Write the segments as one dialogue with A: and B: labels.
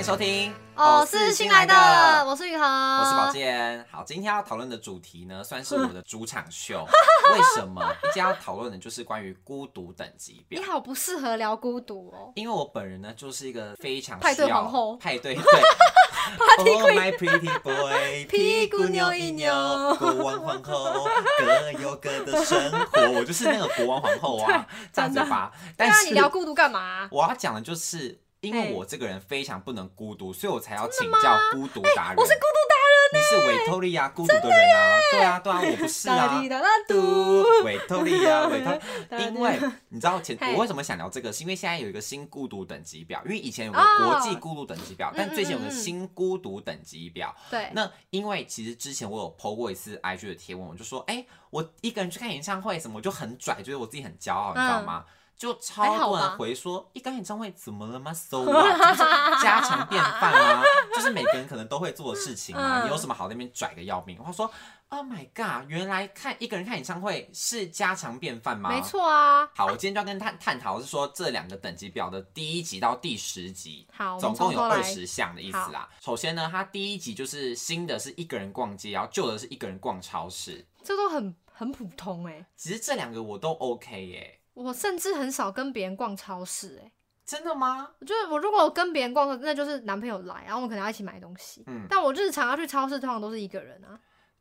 A: 收听，
B: 我哦是新来的，，我是雨禾，
A: 我
B: 我
A: 是宝。健。好，今天要讨论的主题呢，算是我的主场秀。 为什么？今天要讨论的就是关于孤独等级表
B: 你。好，不适合聊孤独哦。
A: 因为我本人呢，就是一个非常
B: 派对
A: 需要
B: 皇后
A: 派 对对。Oh my pretty boy，
B: 屁
A: 屁
B: 股
A: 股
B: 扭
A: 扭
B: 一
A: 一
B: 扭
A: 扭，国王皇后各有各的生活，我就是那个国王皇 后啊，这样子吧。
B: 对
A: 但
B: 啊，
A: 是
B: 你聊孤独干嘛？
A: 我要讲的就是，因
B: 嘿
A: 为我这个人非常不能孤独，所以我才要请教孤独达人。
B: 我是孤
A: 你是
B: 欸
A: 维托利亚孤独的人啊，对啊对啊，我不是
B: 独哒
A: 啊
B: 滴。哒哒
A: 嘟
B: 嘟。，
A: 维托利 亚，维托，
B: 哒
A: 因 为你知道前
B: 嘿
A: 我为什么想聊这个，是因为现在有一个新孤独等级表，因为以前有个
B: 哦嗯
A: 国际孤独等级表，但最近有个新孤独等级表。
B: 对，
A: 那因为其实之前我有 PO 过一次 IG 的贴文，我就说，哎、我一个人去看演唱会什么，我就很拽，觉得我自己很骄傲，你知道吗？就超
B: 嗯还好
A: 多
B: 吧
A: 人回说，一个人演唱会怎么了吗？So what？这不是家常便饭啊，就是每个人可能都会做的事情啊，
B: 嗯
A: 你有什么好在那边拽个要命？我说，Oh my god，原来看一个人看演唱会是家常便饭吗？
B: 没。错啊。
A: 好，我今天就要跟探探讨是说这两个等级表的第一集到第十集，
B: 好，我
A: 总
B: 们
A: 共
B: 从
A: 有
B: 头来
A: 二。十项的意思啦。首先呢，它第一集就是新的是一个人逛街，然后旧的是一个人逛超市。
B: 这都很很普通哎、
A: 其实这两个我都 OK 耶、
B: 我甚至很少跟别人逛超市哎、
A: 真的吗？
B: 我就是我如果跟别人逛，那就是男朋友来，然后我们可能要一起买东西。
A: 嗯
B: 但我日常要去超市，通常都是一个人啊。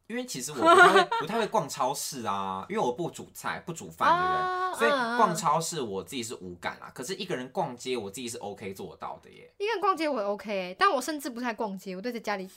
A: 因为其实我不太 会不太会逛超市啊，因为我不煮菜不煮饭的人，
B: 哦
A: 所以
B: 嗯嗯
A: 逛超市我自己是无感啦。可是一个人逛街我自己是 OK 做到的耶，
B: 一个人逛街我也 OK，、欸、但我甚至不太逛街，我都在家里。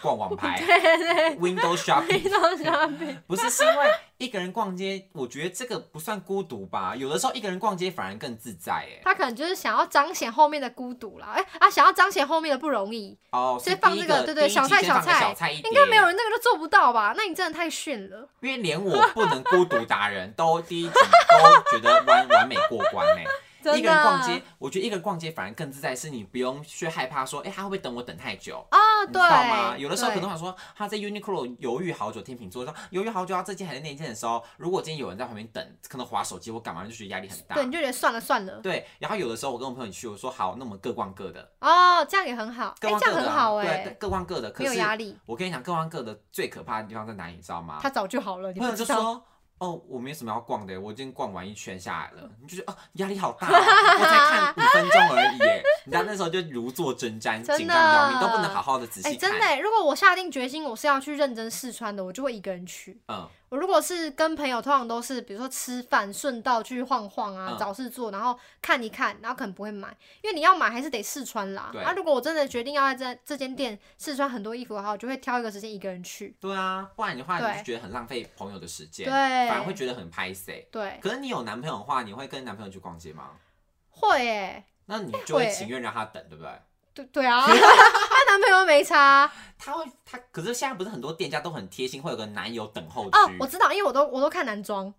A: 逛网拍
B: 对对
A: window shopping
B: 对，到家里。
A: 不是，是因为一个人逛街，我觉得这个不算孤独吧。有的时候一个人逛街反而更自在耶。
B: 他可能就是想要彰显后面的孤独啦，哎、啊，想要彰显后面的不容易，
A: 哦，
B: 所以
A: 是
B: 放
A: 第一
B: 这个对
A: 第
B: 对
A: 一集
B: 小菜
A: 先放
B: 小
A: 个
B: 菜
A: 小菜一碟，
B: 应该没有人那个都做不到吧？那你真的太逊了。
A: 因为连我不能孤独达人 都第一集都觉得完 完美过关呢、
B: 真的
A: 一个人逛街，我觉得一个人逛街反而更自在，是你不用去害怕说，哎、他会不会等我等太久？
B: 啊，
A: 你知
B: 对
A: 道吗？，有的时候
B: 对
A: 可能想说，他在 Uniqlo 犹豫好久，天秤座说犹豫好久，他这件还在那件的时候，如果今天有人在旁边等，可能划手机或干嘛，就觉得压力很大。
B: 对，你就觉得算了算了，
A: 对，然后有的时候我跟我朋友一起去，我说好，那我们各逛各的，
B: 哦，这样也很好，
A: 各
B: 哎、
A: 逛
B: 这
A: 各
B: 样
A: 的
B: 很
A: 啊、
B: 好哎、
A: 对，各逛各的，可
B: 没有
A: 是
B: 压力，
A: 我跟你讲，各逛各的最可怕的地方在哪里，你知道吗？
B: 他早就好了，
A: 啊
B: 你
A: 朋
B: 不
A: 友就
B: 知道。
A: 说。哦，我没什么要逛的，我已经逛完一圈下来了，你就觉得啊压力好 大、哦，我才看五分钟而已耶，你知道那时候就如坐针毡，
B: 真
A: 紧
B: 的
A: 张要命，都不能好好的仔
B: 哎、
A: 细看。
B: 真的、欸，如果我下定决心我是要去认真试穿的，我就会一个人去。
A: 嗯，
B: 我如果是跟朋友，通常都是比如说吃饭，顺道去晃晃啊，
A: 嗯
B: 找事做，然后看一看，然后可能不会买，因为你要买还是得试穿啦。
A: 对
B: 啊，如果我真的决定要在这这间店试穿很多衣服的话，我就会挑一个时间一个人去。
A: 对啊，不然的话
B: 对
A: 你就觉得很浪费朋友的时间，
B: 对
A: 反而会觉得很拍 C。
B: 对，
A: 可是你有男朋友的话，你会跟男朋友去逛街吗？
B: 会诶、
A: 那你就会
B: 会
A: 情愿让他等，对不对？
B: 对对啊， 她男朋友没差
A: 他会他，可是现在不是很多店家都很贴心，会有个男友等候
B: 哦
A: 区，，
B: 我知道，因为我都我都看男装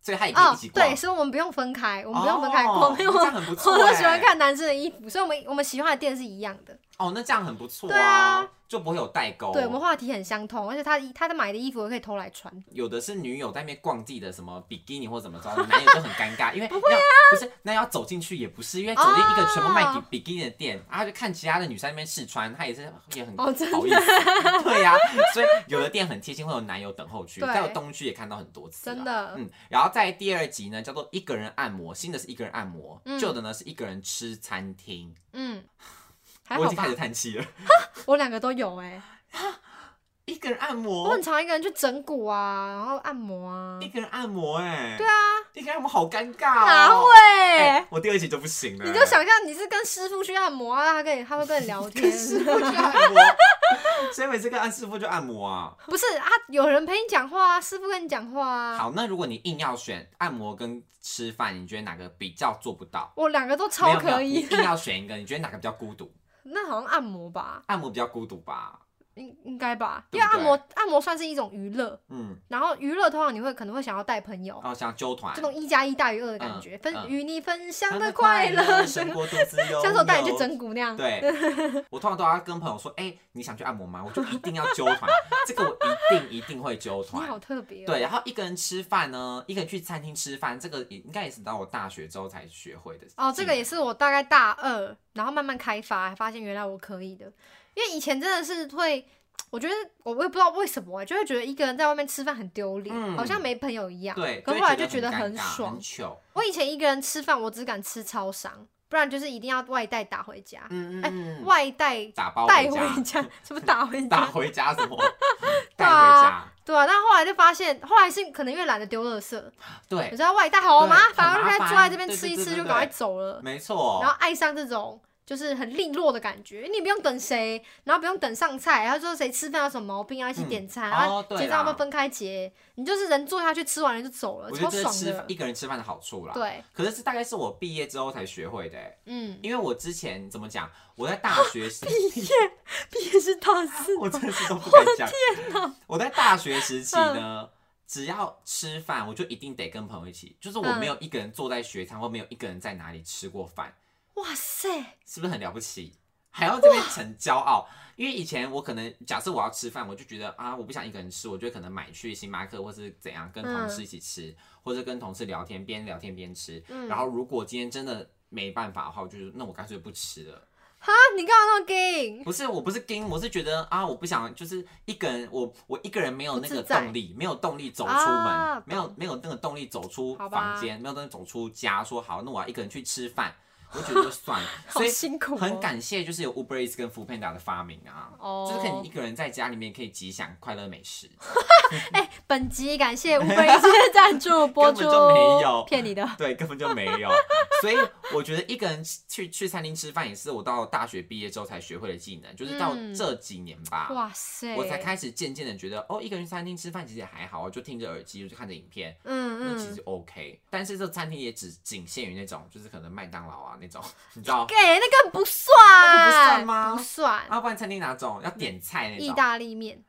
A: 所以他也可以
B: 哦
A: 一起，逛。
B: 对，所以我们不用分开，我们不用分开
A: 哦
B: 逛，因
A: 那这
B: 为我
A: 样很 不错。欸
B: 我都喜欢。看男生的衣服，所以我们我们喜欢的店是一样的。
A: 哦，那这样很不错
B: 对啊，
A: 就不会有代沟。
B: 对，我们话题很相通，而且他他的买的衣服我可以偷来穿。
A: 有的哦是啊女友在那边逛自己的什么比基尼或怎么着，男友就很尴尬，因 为不会啊，不是那要走进去也不是，因为走进一个全部卖比
B: 哦
A: 比基尼的店，然后就看其他的女生在那边试穿，她也是也很不
B: 哦真的
A: 好意思。 对呀，所以有的店很贴心，会有男友等候区，
B: 对
A: 在我东区也看到很多次啊。
B: 真的
A: 嗯，然后在第二集呢，叫做一个人按摩，新的是一个人按摩，
B: 嗯
A: 旧的呢是一个人吃餐厅。
B: 嗯，还
A: 我已
B: 好
A: 经
B: 吧
A: 开始，叹气了，
B: 我两个都有哎、
A: 一个人按
B: 我
A: 摩
B: 很，常一个人去整骨啊，然后按摩啊
A: 一，个人按摩，哎，
B: 对啊，
A: 一个人按摩好尴尬哦。
B: 哪会？
A: 哎我第二集就不行了，
B: 你就想象你是跟师傅去按摩啊，他跟你他会跟你聊天
A: 跟，师傅去按摩， 所以每次跟按师傅就按摩啊。
B: 不是啊？有人陪你讲话啊，师傅跟你讲话啊。
A: 好，那如果你硬要选按摩跟吃饭，你觉得哪个比较做不到？
B: 我两个都
A: 没
B: 超
A: 有没有
B: 可以
A: 你，硬要选一个，你觉得哪个比较孤独？
B: 那好像按摩吧，
A: 按摩比较孤独吧？
B: 应应该吧，
A: 对
B: 因
A: 不
B: 为按
A: 对
B: 摩按摩算是一种娱乐，
A: 嗯，
B: 然后娱乐通常你会可能会想要带朋友，
A: 然后想揪团
B: 这，种一加一大于二的感
A: 哦哎嗯
B: 觉，分
A: 嗯
B: 与你分享
A: 他
B: 的
A: 的
B: 快乐，
A: 生
B: 像
A: 活独自拥有。
B: 像是我带你去 整蛊那样。
A: 对，我通常都要跟朋友说，哎、你想去按摩吗？我就一定要揪团，这个我一定一定会揪
B: 你
A: 团
B: 好。特别、哦。
A: 对，然后一个人吃饭呢，一个人去餐厅吃饭，这个也应该也是到我大学之后才学会的。
B: 哦，这个也是我大概大二，然后慢慢开发，发现原来我可以的。因为以前真的是会，我觉得我我也不知道为什么、啊就会觉得一个人在外面吃饭很丢脸，
A: 嗯
B: 好像没朋友一样。
A: 对，
B: 可
A: 会
B: 后来就觉得
A: 很尴
B: 很
A: 尬
B: 爽
A: 很。糗。
B: 我以前一个人吃饭，我只敢吃超商，不然就是一定要外带打回家，
A: 嗯
B: 哎
A: 嗯嗯，
B: 外带
A: 打包
B: 带
A: 回家，
B: 回 家，什么打回
A: 打
B: 家？
A: 回家 什么？带
B: 对
A: 回
B: 啊
A: 家，
B: 对啊，但后来就发现，后来是可能因为懒得丢垃圾，
A: 对
B: 你，知道外带好
A: 哎对
B: 麻
A: 很
B: 烦，我就
A: 麻
B: 该坐
A: 烦
B: 在这边
A: 对
B: 吃
A: 对
B: 一
A: 对
B: 吃
A: 对
B: 就赶快
A: 对
B: 走了。
A: 没错。
B: 然后爱上这种就是很利落的感觉，你不用等谁，然后不用等上菜，然后说谁吃饭有什么毛病要一起
A: 嗯
B: 点餐，
A: 哦
B: 然后
A: 对
B: 结账要不要
A: 啦
B: 分开结，你就是人坐下去吃完了就走了，
A: 我觉
B: 超
A: 得这是
B: 爽
A: 吃
B: 的
A: 一。个人吃饭的好处啦。
B: 对，
A: 可是这大概是我毕业之后才学会的、欸，
B: 嗯，
A: 因为我之前怎么讲，我在大学 时毕业
B: 毕竟是大 四，
A: 我真的是都不敢讲。我在大学时期呢，只要吃饭，我就一定得跟朋友一起，就是我
B: 嗯
A: 没有一个人坐在学堂，或没有一个人在哪里吃过饭，
B: 哇塞，
A: 是不是很了不起？还要这边很骄傲，因为以前我可能假设我要吃饭，我就觉得啊，我不想一个人吃，我就可能买去星巴克或是怎样，跟同事一起吃，或者跟同事聊天，边聊天边吃。
B: 嗯
A: 然后如果今天真的没办法的话，我就那我干脆不吃了。
B: 哈，你干嘛那么 gay？
A: 不是，我不是盯，我是觉得啊，我不想，就是一个人，我我一个人没有那
B: 不
A: 个
B: 自在
A: 动力，没有动力走出门，
B: 啊
A: 没有没有那个动力走出
B: 好吧
A: 房间，没有动力走出家，说好，那我要一个人去吃饭，我就觉得就算 了，
B: 好
A: 所以
B: 辛苦、哦，
A: 很感谢就是有 Uber Eats 跟 f o o Panda 的发明啊。
B: 哦。
A: 就是可以一个人在家里面可以吉享快乐美食，
B: 本集 感谢五倍之赞助播出，
A: 根本就没有
B: 骗你的。
A: 对，根本就没有。 所以我觉得一个人去去餐厅吃饭也是我到大学毕业之后才学会的技能，就是到
B: 嗯
A: 这几年吧。
B: 哇塞，
A: 我才，开始渐渐的觉得，哦，一个人去餐厅吃饭其实也还好啊，就听着耳机，就看着影片，
B: 嗯
A: 那其
B: 嗯
A: 实 OK。但是这餐厅也只仅限于那种，就是可能麦当劳啊那种， 你知道？
B: ，gay 那个不算，
A: 那个不算吗啊
B: 不算，
A: 要、不然餐厅哪种要点菜那
B: 意
A: 种？
B: 大利面。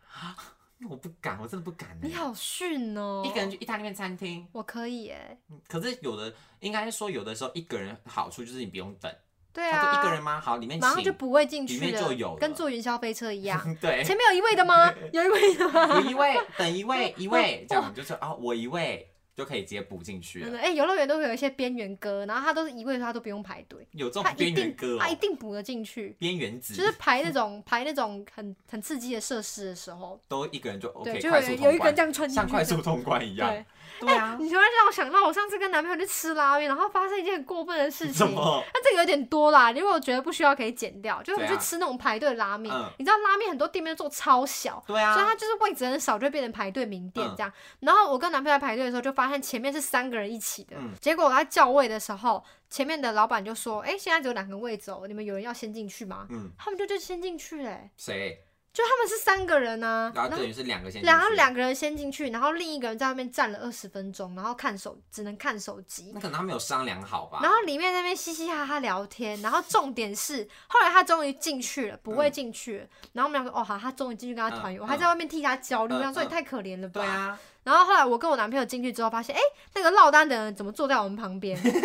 A: 我不敢，我真的不敢、欸。
B: 你好逊哦！
A: 一个人去意大利面餐厅，
B: 我可以哎，
A: 可是有的应该说有的时候一个人好处就是你不用等，
B: 对
A: 他
B: 啊，
A: 说一个人吗？好，里面
B: 马上就
A: 请。
B: 不会进去
A: 里面就有了
B: 跟坐云霄飞车 一样。
A: 对，
B: 前面有一位的吗？有一位的吗？
A: 有一位，等一位，一 位，这样你就是啊、我一位就可以直接补进去
B: 真的，
A: 了。
B: 哎，游乐园都会有一些边缘歌，然后它都是一位，它都不用排队，
A: 有这
B: 它
A: 种
B: 一
A: 边缘
B: 定
A: 歌、
B: 它一
A: 哦，
B: 定补得进去。
A: 边缘子
B: 就是排那种排那种很很刺激的设施的时候，
A: 都一个人就 OK，
B: 对，就
A: 快
B: 有
A: 速
B: 人
A: 通
B: 有一个
A: 关
B: 人这样穿进
A: 像
B: 去
A: 快
B: 这
A: 速
B: 样。
A: 通关一样
B: 对。
A: 对 啊，
B: 你突然让我想到，我上次跟男朋友去吃拉面，然后发生一件很过分的 事
A: 什
B: 情。
A: 么？
B: 那这个有点多啦，因为我觉得不需要可以剪掉。就是我们去
A: 怎样
B: 吃那种排队拉面，
A: 嗯
B: 你知道拉面很多店面都做超小，
A: 对
B: 所以
A: 啊，
B: 它就是位置很少，就变成排队名店
A: 嗯
B: 这样。然后我跟男朋友在排队的时候，就发现前面是三个人一起的。
A: 嗯
B: 结果我在叫位的时候，前面的老板就说：“哎、现在只有两个位置哦，你们有人要先进去吗？”
A: 嗯，
B: 他们就就先进去嘞、
A: 谁？
B: 就他们是三个人啊，
A: 然后
B: 然后
A: 等于是两个先进去，
B: 然后两个人先进去，然后另一个人在外面站了二十分钟，然后看手只能看手机
A: 那。可能他们有商量好吧
B: 然？后里面那边嘻嘻哈哈聊天，然后重点是后来他终于进去了，不会进去了然后我们两个哦好，他终于进去跟他团圆，
A: 嗯
B: 我还在外面替他焦虑，
A: 嗯
B: 我想说
A: 嗯
B: 你太可怜了吧。
A: 对啊，
B: 然后后来我跟我男朋友进去之后，发现哎、诶那个落单的人怎么坐在我们旁边？ 就是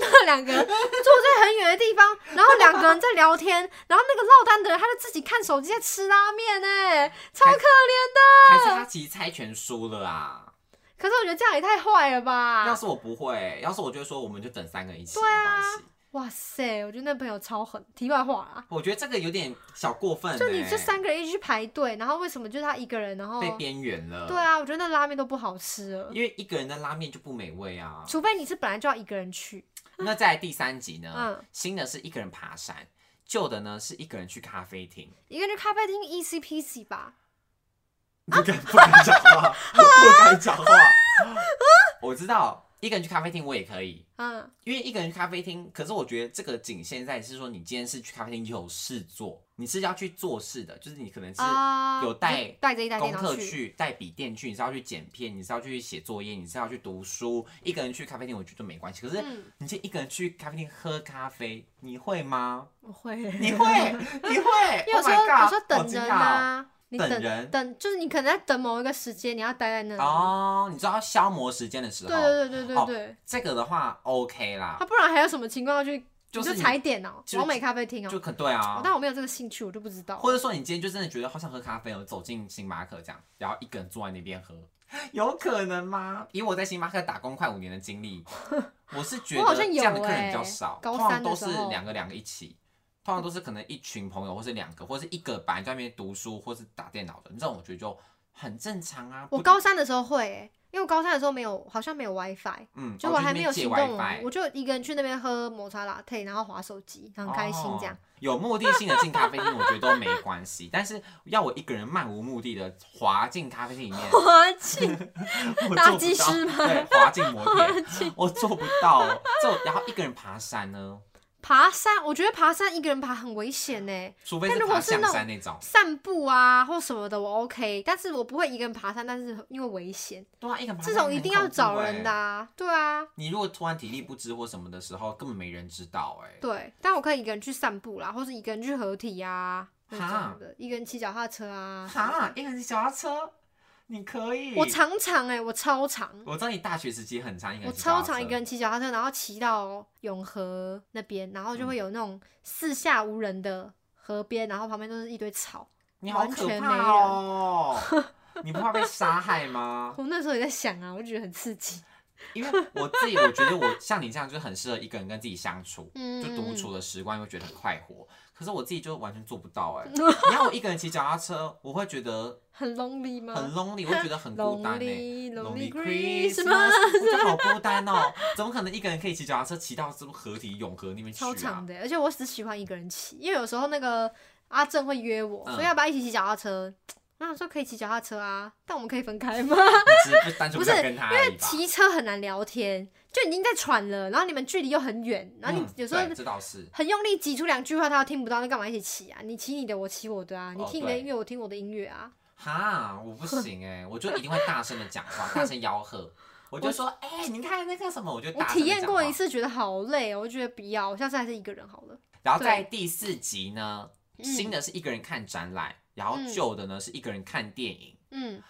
B: 那两个人坐在很远的地方，然后两个人在聊天，然后那个落单的人他就自己看手机在吃拉面哎、超可
A: 还
B: 怜
A: 还
B: 的。
A: 是他其实猜拳输了啊？
B: 可是我觉得这样也太坏了
A: 要
B: 吧！
A: 是我不会，要是我就会说我们就等三个人一起，没
B: 啊
A: 关系。
B: 哇塞，我觉得那朋友超狠。题外话啦，
A: 我觉得这个有点小过分欸，
B: 就你这三个人一起去排队，然后为什么就是他一个人？然后
A: 被边缘了。
B: 对，啊，我觉得那拉面都不好吃了，
A: 因为一个人的拉面就不美味啊。
B: 除非你是本来就要一个人去。
A: 那在第三集呢
B: 嗯？
A: 新的是一个人爬山，旧的呢是一个人去咖啡厅。
B: 一个人去咖啡厅 easy peasy 吧，
A: 不敢不敢讲 话，不敢讲话。啊我知道一个人去咖啡厅我也可以，
B: 嗯，
A: 因为一个人去咖啡厅，可是我觉得这个仅限在是说你今天是去咖啡厅有事做，你是要去做事的，就是你可能是
B: 啊，
A: 有带
B: 就带着一台
A: 功
B: 电
A: 课
B: 脑，
A: 去、带笔电去，你是要去剪片，你是要去写作业，你是要去读书。一个人去咖啡厅我觉得没关系，可是
B: 嗯，
A: 你今天一个人去咖啡厅喝咖啡，你会吗？
B: 我会，因
A: 你会？你会？
B: 为有
A: Oh
B: 时
A: my
B: 候
A: God，
B: 有时候
A: 好
B: 等
A: 惊
B: 人
A: 讶哦
B: 啊，你
A: 等
B: 等
A: 人
B: 等，就是你可能在等某一个时间，你要待在那里。
A: 哦，你知道消磨时间的时
B: 对
A: 候，
B: 对对对
A: 哦
B: 对对，
A: 这个的话 OK 啦
B: 他、，不然还有什么情况要去？
A: 就
B: 你
A: 是
B: 就
A: 你
B: 踩点哦，
A: 就
B: 完美咖啡厅哦。
A: 就可对啊
B: 哦，。但我没有这个兴趣，我就不知道。
A: 或者说你今天就真的觉得好想喝咖啡哦，走进星巴克这样，然后一个人坐在那边喝， 有可能吗？以我在星巴克打工快五年的经 历，我是觉
B: 我好
A: 得
B: 像
A: 这
B: 有
A: 样的客人
B: 欸
A: 比较少，
B: 高
A: 通常
B: 三的
A: 都
B: 时
A: 是
B: 候
A: 两个两个一起，通常都是可能一群朋友或是两个，或是一个本来在那边读书或是打电脑的，这种我觉得就很正常啊。
B: 我
A: 不
B: 高三的时候会、欸，因为我高三的时候没有，好像没有 WiFi，
A: 嗯，
B: 就
A: 哦
B: 我
A: 去
B: 还
A: 那
B: 没
A: 边
B: 有
A: 借
B: 行动网
A: WiFi
B: 我就一个人去那边喝抹茶拿铁，然后划手机，很开心这样。
A: 哦有目的性的进咖啡厅，我觉得都没关系。 但是要我一个人漫无目的的滑进咖啡厅里 面，
B: 滑稽，
A: 我
B: 搭
A: 做不
B: 机
A: 到
B: 师吗
A: 对，滑进 摩天，我做不到。这然后一个人爬山呢，
B: 爬山，我觉得爬山一个人爬很危险呢、欸
A: 除非
B: 但
A: 是
B: 如果
A: 爬
B: 是
A: 象
B: 那种
A: 山那种。
B: 散步啊或什么的我 OK，但是我不会一个人爬山，但是因为危险，
A: 对啊，一个人爬
B: 这
A: 山
B: 种
A: 很
B: 一定要
A: 恐怖
B: 找
A: 欸
B: 人的、。啊。对啊，
A: 你如果突然体力不支或什么的时候，根本没人知道哎、
B: 对，但我可以一个人去散步啦，或是一个人去合体啊那
A: 哈
B: 种的，一个人骑脚踏车啊。
A: 哈，一个人骑脚踏车，你可以。
B: 我常常哎、我超常，
A: 我知道你大学时期很长一个人
B: 我
A: 骑脚踏
B: 超
A: 车，
B: 常一个人骑脚踏车，然后骑到永和那边，然后就会
A: 嗯
B: 有那种四下无人的河边，然后旁边都是一堆草。
A: 你好
B: 完
A: 可
B: 全没
A: 怕
B: 人
A: 哦！你不怕被杀害吗？
B: 我那时候也在想啊，我就觉得很刺激。
A: 因为我自己，我觉得我像你这样，就是很适合一个人跟自己相处，
B: 嗯，
A: 就独处
B: 嗯。
A: 的时光，会觉得很快活。可是我自己就完全做不到哎、 你要我一个人骑脚踏车，我会觉得
B: 很 lonely 吗？
A: 很 lonely，我会觉得很孤单哎、
B: 嗯 Lonely Lonely
A: Christmas，我觉得
B: Christmas，
A: 啊好 孤单哦！怎么可能一个人可以骑脚踏车骑到这么合体永和那边去
B: 超长
A: 啊？
B: 的，而且我只喜欢一个人骑，因为有时候那个阿正会约我，
A: 嗯
B: 说要不要一起骑脚踏车。我想说可以骑脚踏车啊，但我们可以分开吗？
A: 你只是不单纯
B: 不
A: 不
B: 是
A: 想跟他而已吧？
B: 骑车很难聊天，就已经在喘了，然后你们距离又很远，然后你
A: 嗯
B: 有时候
A: 对这倒是，
B: 很用力挤出两句话，他都听不到，那干嘛一起骑啊？你骑你的，我骑我的啊，你
A: 哦
B: 听你的
A: 对
B: 音乐，我听我的音乐啊。
A: 哈， 我不行哎、我就一定会大声的讲话，大声吆喝。我就说，哎、你看那个什么，我就
B: 我
A: 大声地
B: 体验
A: 讲
B: 过
A: 话
B: 一次，觉得好累哦，我觉得不要，我下次还是一个人好了。
A: 然后在
B: 对
A: 第四集呢，
B: 嗯
A: 新的是一个人看展览，然后
B: 嗯
A: 旧的呢是一个人看电影。
B: 嗯，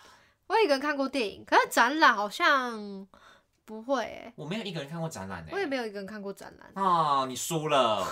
B: 我有一个人看过电影，可是展览好像不会、欸，
A: 我没有一个人看过展览呢、欸
B: 我也没有一个人看过展览。
A: 哦，你输 了，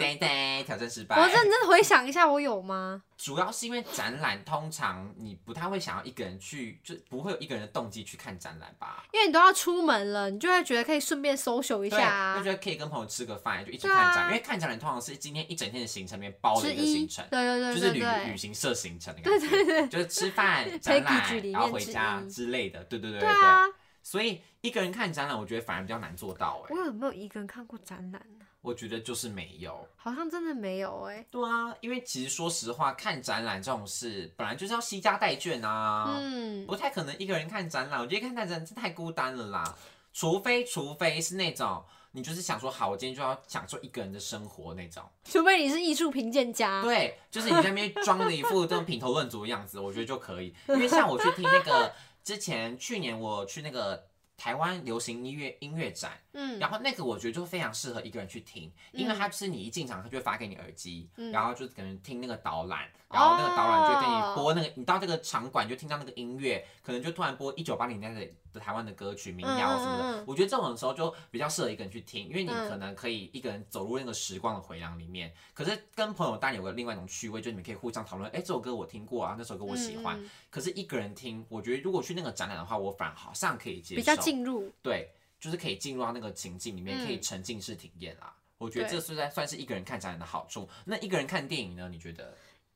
A: 呆呆，挑战失败。
B: 我认真回想一下，我有吗？
A: 主要是因为展览通常你不太会想要一个人去，就不会有一个人的动机去看展览吧？
B: 因为你都要出门了，你就会觉得可以顺便搜 l 一
A: 对，
B: 下
A: 那
B: 啊
A: 觉，得可以跟朋友吃个饭，就一起
B: 对啊
A: 看展览。因为看展览通常是今天一整天的行程里面包了
B: 之
A: 一个
B: 一。
A: 行
B: 对
A: 程，就
B: 对对
A: 是
B: 对
A: 旅旅
B: 对，
A: 行社行程的感觉，就是吃饭、展
B: Package
A: 览，
B: 里
A: 然后
B: 面
A: 回
B: 之
A: 家
B: 一
A: 之类的。对对对对
B: 对啊，
A: 所以一个人看展览，我觉得反而比较难做到哎、
B: 我有没有一个人看过展览啊？
A: 我觉得就是没有。
B: 好像真的没有哎、
A: 对啊，因为其实说实话，看展览这种事本来就是要惜家带眷啊，
B: 嗯，
A: 不太可能一个人看展览。我觉得看展览真的太孤单了啦，除非除非是那种你就是想说好，我今天就要享受一个人的生活那种。
B: 除非你是艺术评鉴家，
A: 对，就是你在那边装的一副这种品头论足的样子，我觉得就可以。因为像我去听那个之前去年我去那个台湾流行音乐音乐展。
B: 嗯
A: 然后那个我觉得就非常适合一个人去听，因为
B: 嗯
A: 它就是你一进场，它就会发给你耳机，
B: 嗯
A: 然后就可能听那个导览，然后那个导览就会给
B: 哦
A: 你播那个，你到这个场馆就听到那个音乐，可能就突然播一九八零年代的台湾的歌曲、民谣什么
B: 嗯嗯
A: 的。
B: 嗯嗯
A: 我觉得这种时候就比较适合一个人去听，因为你
B: 嗯
A: 可能可以一个人走入那个时光的回廊里面。可是跟朋友当然有个另外一种趣味，就是你们可以互相讨论，哎，这首歌我听过啊，那首歌我喜欢。
B: 嗯嗯
A: 可是一个人听，我觉得如果去那个展览的话，我反而好像可以接受，
B: 比较进入，
A: 对，就是可以进入到那个情境里面，
B: 嗯
A: 可以沉浸式体验啦。我觉得
B: 对
A: 这虽然算是一个人看展览的好处，那一个人看电影呢？你觉得？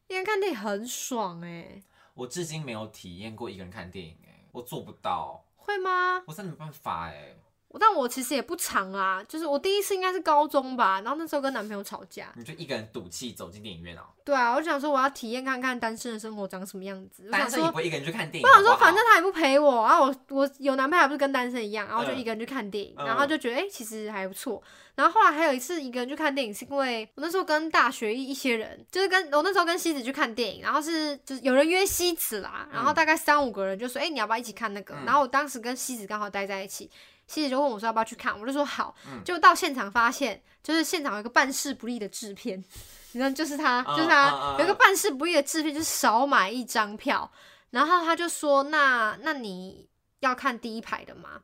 B: 一个人看电影很爽哎、
A: 我至今没有体验过一个人看电影、欸，我做不到，
B: 会吗？
A: 我真的没办法哎、
B: 但我其实也不长啦，就是我第一次应该是高中吧，然后那时候跟男朋友吵架，
A: 你就一个人赌气走进电影院哦、
B: 对啊，我就想说我要体验看看单身的生活长什么样子，我
A: 但
B: 想
A: 是你
B: 说
A: 不会一个人去看电影
B: 我
A: 好不
B: 想
A: 好，
B: 说，反正他也不陪我，然后我我有男朋友还不是跟单身一样，然后就
A: 嗯
B: 一个人去看电影，
A: 嗯
B: 然后就觉得哎、诶其实还不错。然后后来还有一次一个人去看电影，是因为我那时候跟大学一一些人，就是跟我那时候跟西子去看电影，然后是就是有人约西子啦，然后大概三五个人就说哎、诶你要不要一起看那个？
A: 嗯
B: 然后我当时跟西子刚好待在一起。西姐就问我说要不要去看，我就说好。结果到现场发现，就是现场有一个办事不力的制片，你知道，就是他，
A: 嗯
B: 就
A: 嗯嗯
B: 是他
A: 嗯
B: 有一个办事不力的制片，就是少买一张票。然后他就说：“那那你要看第一排的吗？”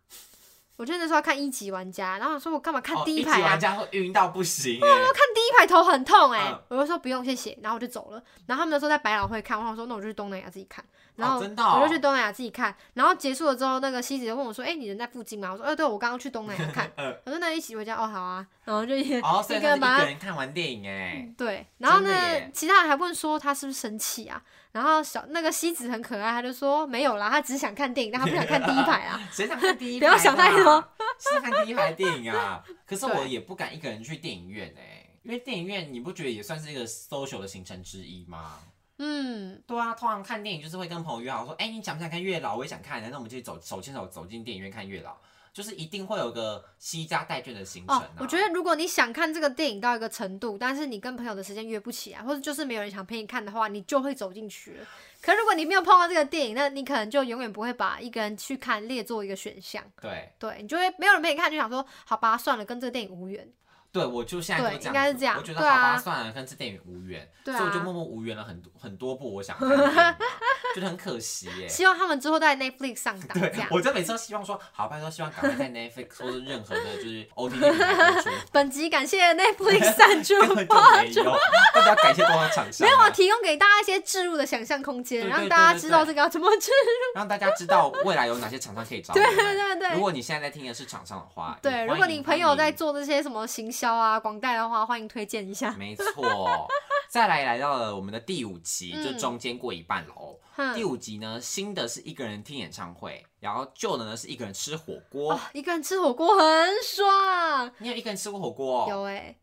B: 我就那时候要看一级玩家，然后我说：“我干嘛看第
A: 哦一
B: 排
A: 集
B: 啊？
A: 玩家会晕到不行欸，
B: 看第一排头很痛哎、
A: 嗯
B: 我就说不用谢谢，然后我就走了。然后他们说在百老汇看，我想说那我就去东南亚自己看，然后、
A: 哦真的哦
B: 我就去东南亚自己看。然后结束了之后，那个西子就问我说：“哎、你人在附近吗？”我说：“呃，对，我刚刚去东南亚看。
A: 嗯”
B: 我说：“那一起回家哦，好啊。”然后就一、
A: 哦，所以
B: 一
A: 他
B: 个
A: 是
B: 嗯人
A: 一
B: 把
A: 个
B: 他。
A: 人看完电影哎，
B: 对，然后
A: 真的
B: 呢
A: 耶，
B: 其他人还问说他是不是生气啊？然后小那个西子很可爱，他就说没有啦，他只是想看电影，但他不想看第一排 啊。
A: 谁想看第一
B: 不
A: 排啊？
B: 要想太多
A: 谁想看第一排电影 啊？可是我
B: 对
A: 也不敢一个人去电影院哎、因为电影院你不觉得也算是一个 social 的行程之一吗？
B: 嗯，
A: 对啊，通常看电影就是会跟朋友约好说，哎、你想不想看月老？我也想看，那我们就走手牵手走进电影院看月老，就是一定会有个惜家带眷的行程、
B: 哦
A: 啊
B: 我觉得如果你想看这个电影到一个程度，但是你跟朋友的时间约不起来，啊或者就是没有人想陪你看的话，你就会走进去了。可如果你没有碰到这个电影，那你可能就永远不会把一个人去看列作一个选项。
A: 对
B: 对你就会没有人陪你看，就想说好吧，算了，跟这个电影无缘。
A: 对，我就现在
B: 对
A: 就这样子，
B: 应该是这样
A: 我觉得
B: 对
A: 好
B: 啊
A: 吧，算了，跟这电影无缘，
B: 对
A: 所以我就
B: 啊
A: 默默无缘了很多很多部我想看的电影啊， 觉得很可惜耶、
B: 希望他们之后在 Netflix 上档
A: 对
B: 这样，。
A: 我就每次都希望说，好，拜托，希望赶快在 Netflix 或是任何的，就是 OTT 平台播出，
B: 本集感谢 Netflix 赞助
A: 根本就没有，大家感谢多少厂商
B: 没有
A: 啊、
B: 啊，提供给大家一些置入的想象空间，
A: 对对
B: 让
A: 对
B: 大家
A: 对
B: 知道
A: 对
B: 这个要怎么置入。
A: 让大家知道未来有哪些厂商可以找我
B: 对
A: 们。
B: 对对
A: 如果你现在在听的是厂商的话，也
B: 对，
A: 欢
B: 如果
A: 迎
B: 你朋友在。
A: 欢迎
B: 做这些什么行销啊、广告的话，欢迎推荐一下。
A: 没错，再来来到了我们的第五集，
B: 嗯
A: 就中间过一半喽。
B: 哼
A: 第五集呢，新的是一个人听演唱会，然后旧的呢是一个人吃火
B: 哦
A: 锅。，
B: 一个人吃火锅很爽。
A: 你有一个人吃过火锅？哦
B: 有哎、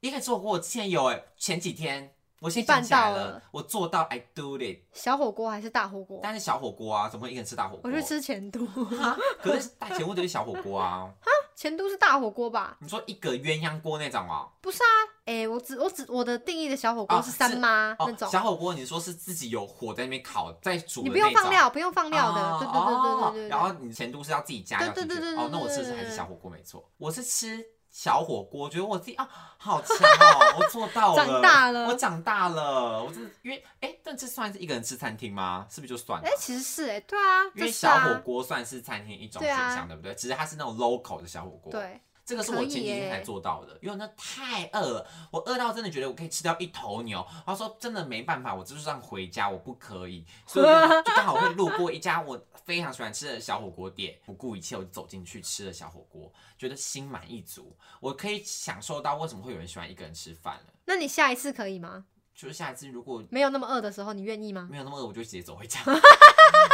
A: 一个人吃火锅，我之前有哎、前几天我先想起来
B: 办到
A: 了，
B: 了
A: 我做到 I do it，
B: 小火锅还是大火锅？
A: 但是小火锅啊，怎么会一个人吃大火锅？
B: 我去吃前都，
A: 啊，可是大前屋就是小火锅啊。
B: 前都是大火锅吧？
A: 你说一个鸳鸯锅那种哦，
B: 不是啊，哎、我只我只我的定义的小火锅
A: 哦
B: 是三
A: 是
B: 妈、
A: 哦
B: 那，种，
A: 小火锅你说是自己有火在那边烤在煮
B: 你
A: 的
B: 不
A: 那种，
B: 用放料，不用放料的，
A: 哦
B: 对对对对对对对。
A: 然后你前都是要自己加料
B: 对
A: 进
B: 对
A: 去
B: 对对对
A: 哦，那我吃的是还是小火锅没错，我是吃小火锅，觉得我自己啊好强哦，我做到了，
B: 长大了
A: 我长大了，我真的因为哎，但这算是一个人吃餐厅吗？是不是就算了？
B: 哎、其实是哎、对啊，
A: 因
B: 就
A: 为
B: 是
A: 小火
B: 啊，
A: 锅算是餐厅一种
B: 对
A: 选
B: 啊
A: 项，对不对？只是它是那种 local 的小火锅，
B: 对，
A: 这个是我
B: 可以
A: 前几天
B: 耶
A: 才做到的，因为那太饿了，我饿到真的觉得我可以吃掉一头牛。他说真的没办法，我就是让回家，我不可以，所以我 就就刚好会路过一家我非常喜欢吃的小火锅店，不顾一切我就走进去吃了小火锅，觉得心满意足，我可以享受到为什么会有人喜欢一个人吃饭了。
B: 那你下一次可以吗？
A: 就是下一次如果
B: 没有那么饿的时候，你愿意吗？
A: 没有那么饿，我就直接走回 家。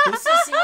A: 不是，是因为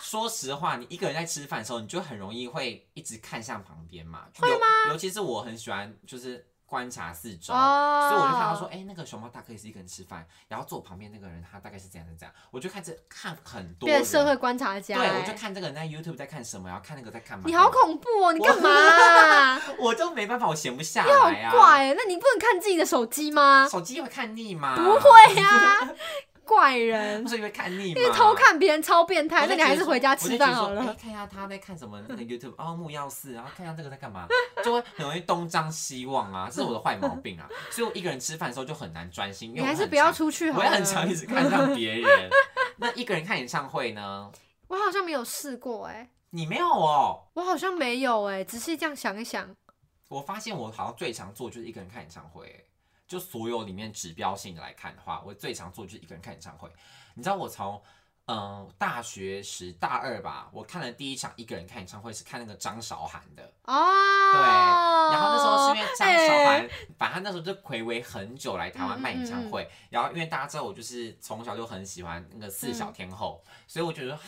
A: 说实话，你一个人在吃饭的时候，你就很容易会一直看向旁边嘛。会吗？尤其是我很喜欢就是观察四周。
B: 哦，
A: 所以我就看到说，哎、那个熊猫大哥也是一个人吃饭，然后坐我旁边那个人他大概是这样是这样，我就看这看很多
B: 变
A: 人，
B: 成社会观察家、
A: 对，
B: 哎
A: 我就看这个人在 YouTube 在看什么，然后看那个在看嘛。
B: 你好
A: 看
B: 恐怖哦，你干嘛啊、
A: 嘛，我就没办法，我闲不下
B: 你好
A: 来啊。
B: 怪、欸，那你不能看自己的手 机吗？
A: 手机会看腻吗？
B: 不会呀、
A: 啊
B: 怪人
A: 不，是会看腻吗？
B: 因为偷看别人超变
A: 我
B: 态，那
A: 就
B: 你
A: 觉得
B: 还是
A: 说
B: 回家吃饭好
A: 我就觉得说
B: 了。
A: 哎看一下他在看什么那个 YouTube，哦木曜四，然后看一下这个在干嘛，就会很容易东张西望啊，这是我的坏毛病啊。所以我一个人吃饭的时候就很难专心，因为
B: 你还
A: 我
B: 是
A: 很
B: 不要
A: 常，
B: 出去好
A: 我
B: 了。
A: 也很常一直看上别人。那一个人看演唱会呢？
B: 我好像没有试过哎、
A: 你没有哦。
B: 我好像没有哎、仔细这样想一想，
A: 我发现我好像最常做就是一个人看演唱会、欸就所有里面指标性的来看的话，我最常做就是一个人看演唱会。你知道我从嗯、呃大学时大二吧，我看了第一场一个人看演唱会是看那个张韶涵的，
B: 哦，
A: 对然后那时候是因为张韶
B: 哎嗯
A: 涵，反正她那时候就暌违很久来台湾办演唱会。然后因为大家知道我就是从小就很喜欢那个四小天后，
B: 嗯
A: 所以我觉得、啊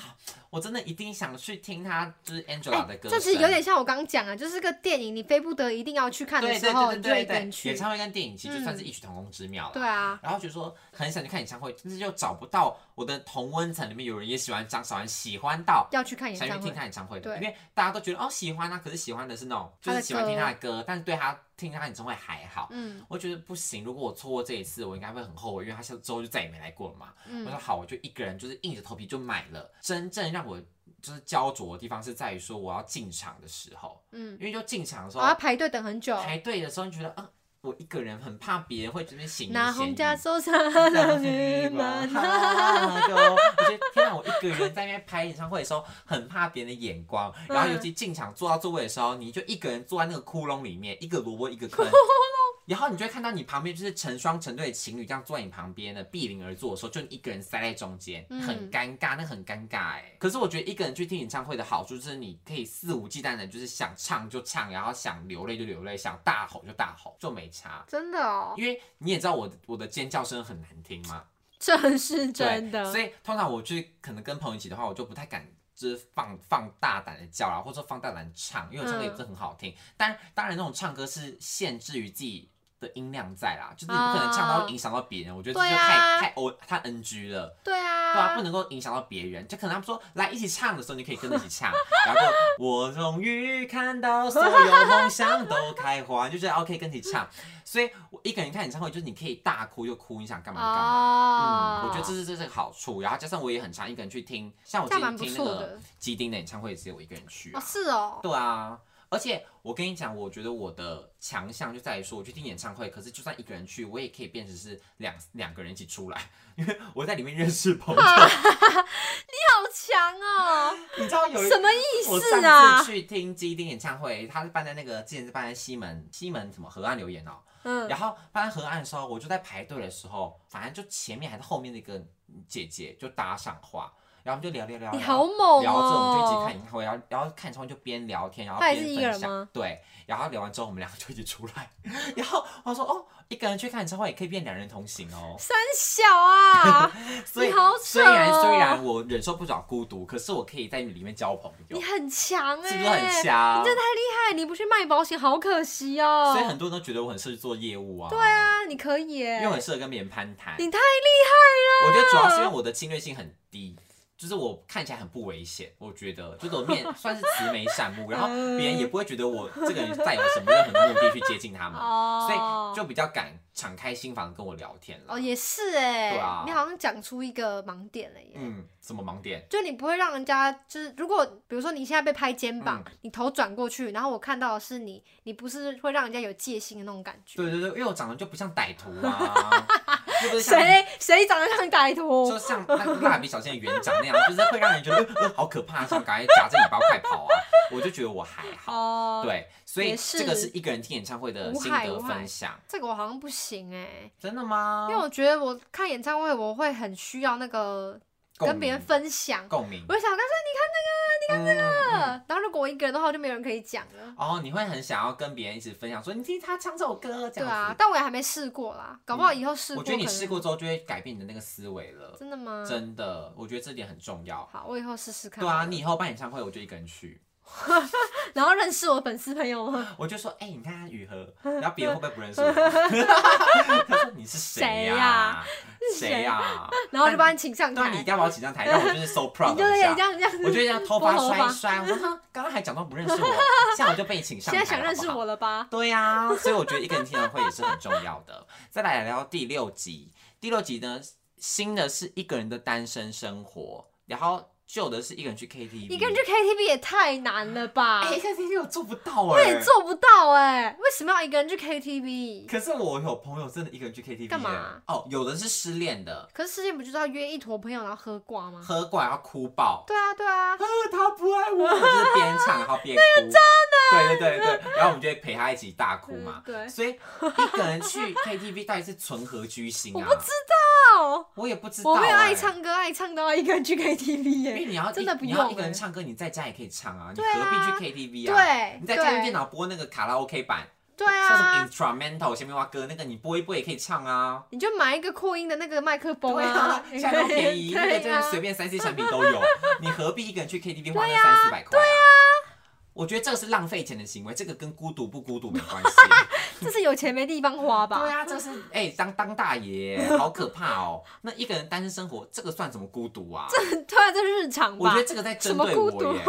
A: 我真的一定想去听她就是 Angela 的歌声。
B: 哎这其实有点像我刚刚讲啊，就是个电影，你非不得一定要去看的
A: 对
B: 时
A: 对
B: 候，
A: 对
B: 你就一
A: 对对
B: 个人
A: 对，
B: 去
A: 演。唱会跟电影其实就算是
B: 嗯
A: 异曲同工之妙了。
B: 对啊，
A: 然后觉得说很想去看演唱会，但是又找不到我的同温层里面有人也喜欢张韶涵，喜欢到
B: 要去看演
A: 想去
B: 唱
A: 听
B: 会。
A: 他演唱会的，
B: 对
A: 因为大家都觉得哦喜欢啊，可是喜欢的是那种就是喜欢听他的歌，但是对他听他演唱会还好。
B: 嗯
A: 我觉得不行，如果我错过这一次，我应该会很后悔，因为他下之后就再也没来过了嘛。我
B: 嗯
A: 说好，我就一个人就是硬着头皮就买了。真正让我就是焦灼的地方是在于说我要进场的时候，
B: 嗯，
A: 因为就进场的时
B: 我要
A: 候
B: 排队等很久。
A: 排队的时候，你觉得啊，我一个人很怕别人会这边行
B: 拿
A: 人
B: 红
A: 嫌
B: 家
A: 疑。
B: 收藏
A: 那
B: 的
A: 种
B: 女
A: 地 方
B: 们
A: 哈哈哈就我觉得天哪！我一个人在那边拍演唱会的时候，很怕别人的眼光。然后尤其进场坐到座位的时候，你就一个人坐在那个窟窿里面，一个萝卜一个坑。然后你就会看到你旁边就是成双成对的情侣这样坐在你旁边的避邻而坐的时候，就你一个人塞在中间，
B: 嗯
A: 很尴尬，那很尴尬哎。可是我觉得一个人去听演唱会的好处就是你可以肆无忌惮的，就是想唱就唱，然后想流泪就流泪，想大吼就大吼，就没差。
B: 真的哦，
A: 因为你也知道我的我的尖叫声很难听嘛，
B: 这是
A: 对
B: 真的。
A: 所以通常我去可能跟朋友一起的话，我就不太敢。就是放放大胆的叫啦，或者说放大胆地唱，因为我唱歌也不
B: 嗯
A: 是很好听。但当然，那种唱歌是限制于自己的音量在啦，就是你不可能唱到
B: 哦
A: 会影响到别人。我觉得这就
B: 对
A: 太、
B: 啊
A: 太 O 太 NG 了，
B: 对啊，
A: 对啊，不能够影响到别人。就可能他们说来一起唱的时候，你可以跟着一起唱。 然后我终于看到所有梦想都开花，你就觉得 OK 跟你一起唱。所以我一个人看演唱会，就是你可以大哭就哭，你想干嘛就干嘛。
B: 哦
A: 嗯，，我觉得这是这是个好处，然后加上我也很常一个人去听，像我
B: 这
A: 最
B: 样蛮
A: 近
B: 不
A: 听那
B: 错
A: 个
B: 的。
A: 基丁的演唱会也是我一个人去、
B: 哦，
A: 啊，
B: 是哦，
A: 对啊，而且我跟你讲，我觉得我的强项就在于说，我去听演唱会，可是就算一个人去，我也可以变成是两两个人一起出来， 因为我在里面认识 朋友，
B: 好强哦，
A: 你知道有一
B: 什么意
A: 我
B: 思
A: 上
B: 啊
A: 次？去听基丁演唱会，他是办在那个之前是办在西门西门什么河岸留言哦、
B: 嗯，
A: 然后搬河岸的时候，我就在排队的时候，反正就前面还是后面的一个姐姐就搭上话，然后我们就聊聊聊，
B: 你
A: 聊
B: 好猛
A: 聊着我们就一起看
B: 哦，
A: 演唱会，然后然后看演唱会就边聊天，然后
B: 她
A: 边
B: 也是一个人
A: 分享
B: 吗，
A: 对，然后聊完之后我们两个就一起出来，然后我说哦，一个人去看演唱会也可以变两人同行哦，
B: 三小啊，
A: 所以
B: 你好扯哦
A: 虽然虽然我忍受不了孤独，可是我可以在里面交朋友
B: 你，很强哎，
A: 是不是很？强
B: 你？真的太厉害，你不去卖保险好可惜哦。
A: 所以很多人都觉得我很适合做业务啊，对
B: 对，啊，你可以耶
A: 因为，我很适合跟别人攀谈，
B: 你太
A: 我觉得主要是因为我的侵略性很低，就是我看起来很不危险，我觉得就是我 面算是慈眉善目，然后
B: 嗯
A: 别人也不会觉得我这个人带有什么任何的目的去接近他们，
B: 哦，
A: 所以就比较敢敞开心房跟我聊天了
B: 哦。也是哎
A: 对啊，
B: 你好像讲出一个盲点了耶。
A: 嗯，什么盲点？
B: 就你不会让人家就是，如果比如说你现在被拍肩膀，
A: 嗯
B: 你头转过去，然后我看到的是你，你不是会让人家有戒心的那种感觉。
A: 对对对，因为我长得就不像歹徒 啊，又不是像。
B: 谁谁长得像歹徒
A: 就？像那个蜡笔小新的园长那样，就是会让人觉得、呃呃好可怕，想赶快夹着尾巴快跑啊！我就觉得我还好，
B: 哦，，
A: 对，所以
B: 也是
A: 这个是一个人听演唱会的
B: 无
A: 心
B: 害
A: 得
B: 无害
A: 分享，
B: 这个我好像不行哎、
A: 真的吗？
B: 因为我觉得我看演唱会，我会很需要那个
A: 共
B: 跟别人
A: 鸣
B: 分享。
A: 共鸣。
B: 我就想，但是
A: 嗯嗯嗯
B: 然后如果我一个人的话，我就没有人可以讲了。
A: 哦，你会很想要跟别人一起分享，说你听他唱这首歌这
B: 对
A: 样子。
B: 啊，但我也还没试过啦，搞不好以后试过
A: 我
B: 可
A: 觉
B: 能。
A: 得你试过之后就会改变你的那个思维了，
B: 真的吗？
A: 真的，我觉得这点很重要。
B: 好，我以后试试看。
A: 对啊，你以后办演唱会，我就一个人去，
B: 然后认识我的粉丝朋友吗？
A: 我就说，哎、你看他雨禾，然后别人会不会不认识我？ 他说你是谁呀？谁
B: 谁
A: 呀？
B: 然后就把你请上
A: 对啊，你
B: 台
A: 一，定要把我请上台，让我就是 so
B: 你
A: proud
B: 就是
A: 一
B: 这
A: 下。
B: 样这样子。
A: 我就这样头发
B: 拨头
A: 甩
B: 发
A: 一甩，我 说哼刚刚还假装不认识我，现在我就被你请上
B: 现
A: 台，
B: 在想认
A: 好
B: 识
A: 不好
B: 我了吧？
A: 对呀、所以我觉得一个人听演唱会也是很重要的。再来聊聊第六集，第六集呢，新的是一个人的单身生活，然后旧的是一个人去 KTV。
B: 一个人去 KTV 也太难了吧？
A: 嗯哎、KTV 我做不到哎、
B: 我也。做不到哎、为什么要一个人去 KTV？
A: 可是我有朋友真的一个人去 KTV
B: 干嘛
A: 耶哦，有的是失恋的，
B: 可是事情不就是要约一坨朋友然后喝挂吗？
A: 喝过来要哭 爆。
B: 对啊对啊
A: 啊，，他不爱我，就是边唱然后边 哭，真的，对对对对，然后我们就会陪他一起大哭嘛
B: 啊嗯。对
A: 所以一个人去 KTV 到底是存何居心 啊？我不知，
B: 哦，
A: 我也不知道、
B: 我没有爱
A: 哎
B: 唱歌，爱唱到一个人去 KTV 耶、
A: 因为你要
B: 真
A: 一
B: 的不
A: 你要
B: 用
A: 一个人
B: 欸
A: 唱歌，你在家也可以唱啊，你
B: 对啊
A: 何必去 KTV 啊？
B: 对
A: 你在家用电
B: 对
A: 脑播那个卡拉 OK 版，
B: 对
A: 像什么
B: 啊，
A: instrumental 前面挖歌那个，你播一播也可以唱啊。
B: 你就买一个扩音的那个麦克风
A: 对 啊，
B: 也
A: 现在都
B: 可以
A: 便宜，那
B: 对
A: 个真的
B: 啊
A: 随便三 C 产品都 有，你何必一个人去 KTV 花那三四百块啊？我觉得这个是浪费钱的行为，这个跟孤独不孤独没关 系。
B: 这是有钱没地方花吧？
A: 对啊，这是哎、当当大爷好可怕哦！那一个人单身生活，这个算什么孤独啊？
B: 对啊，这是日常吧？
A: 我觉得这个在针对
B: 什么孤
A: 我
B: 独
A: 耶，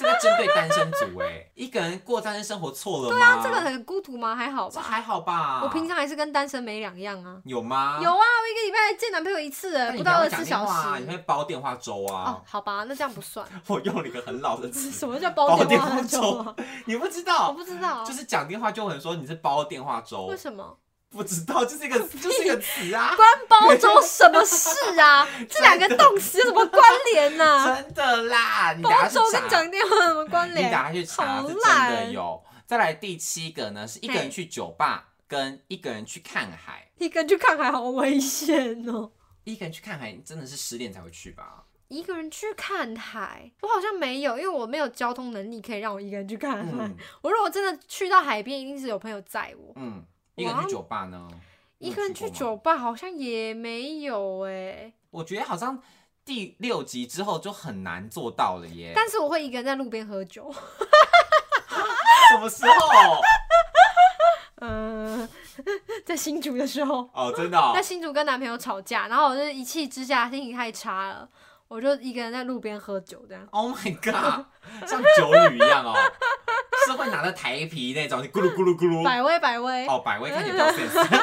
A: 这个针对单身族哎、一个人过单身生活错了吗？对啊
B: 这个很孤独吗？还好
A: 这
B: 吧。
A: 还好吧？
B: 我平常还是跟单身没两样啊。
A: 有吗？
B: 有啊，我一个礼拜见男朋友一次
A: 那
B: 欸，
A: 你
B: 不
A: 不要
B: 到二十
A: 讲
B: 四
A: 电
B: 小
A: 话啊你
B: 时。
A: 会煲电话粥
B: 哦
A: 啊？，
B: 好吧，那这样不算。
A: 我用了一个很老的词，
B: 什么叫煲电
A: 煲
B: 话
A: 电
B: 粥
A: 话
B: 啊？
A: 你哦不知
B: 我
A: 道，哦
B: 不知道，
A: 就是讲电话就有人说你是煲电话粥
B: 为，什么
A: 不知道就是一 个就是一个词啊，
B: 关煲粥什么事 啊？这两个动词有什么关联呐？
A: 真的啦，你
B: 煲
A: 打去
B: 粥跟
A: 查，
B: 讲电话有什么关
A: 你
B: 联？
A: 打去查
B: 好
A: 是真的
B: 烂
A: 有。再来第七个呢，是一个人
B: 嘿
A: 去酒吧跟一个人去看海，
B: 一个人去看海好危险哦。
A: 一个人去看海真的是失恋才会去吧？
B: 一个人去看海，我好像没有，因为我没有交通能力可以让我一个人去看海。
A: 嗯
B: 我如果真的去到海边，一定是有朋友载我。
A: 嗯，一个人去酒吧呢，你
B: 一
A: 有
B: 个人
A: 去过
B: 嗯去
A: 吗
B: 酒吧好像也没有哎、
A: 我觉得好像第六集之后就很难做到了耶。
B: 但是我会一个人在路边喝酒。
A: 什么时候？
B: 嗯、 在新竹的时候，
A: 哦，真的、哦
B: 在，新竹跟男朋友吵架，然后我就一气之下心情太差了，我就一个人在路边喝酒这样。
A: Oh my god，像 酒女一样哦，是会拿着台皮那种，你咕噜咕噜咕噜。
B: 百威百威，
A: 哦，百威看起来比较 sense。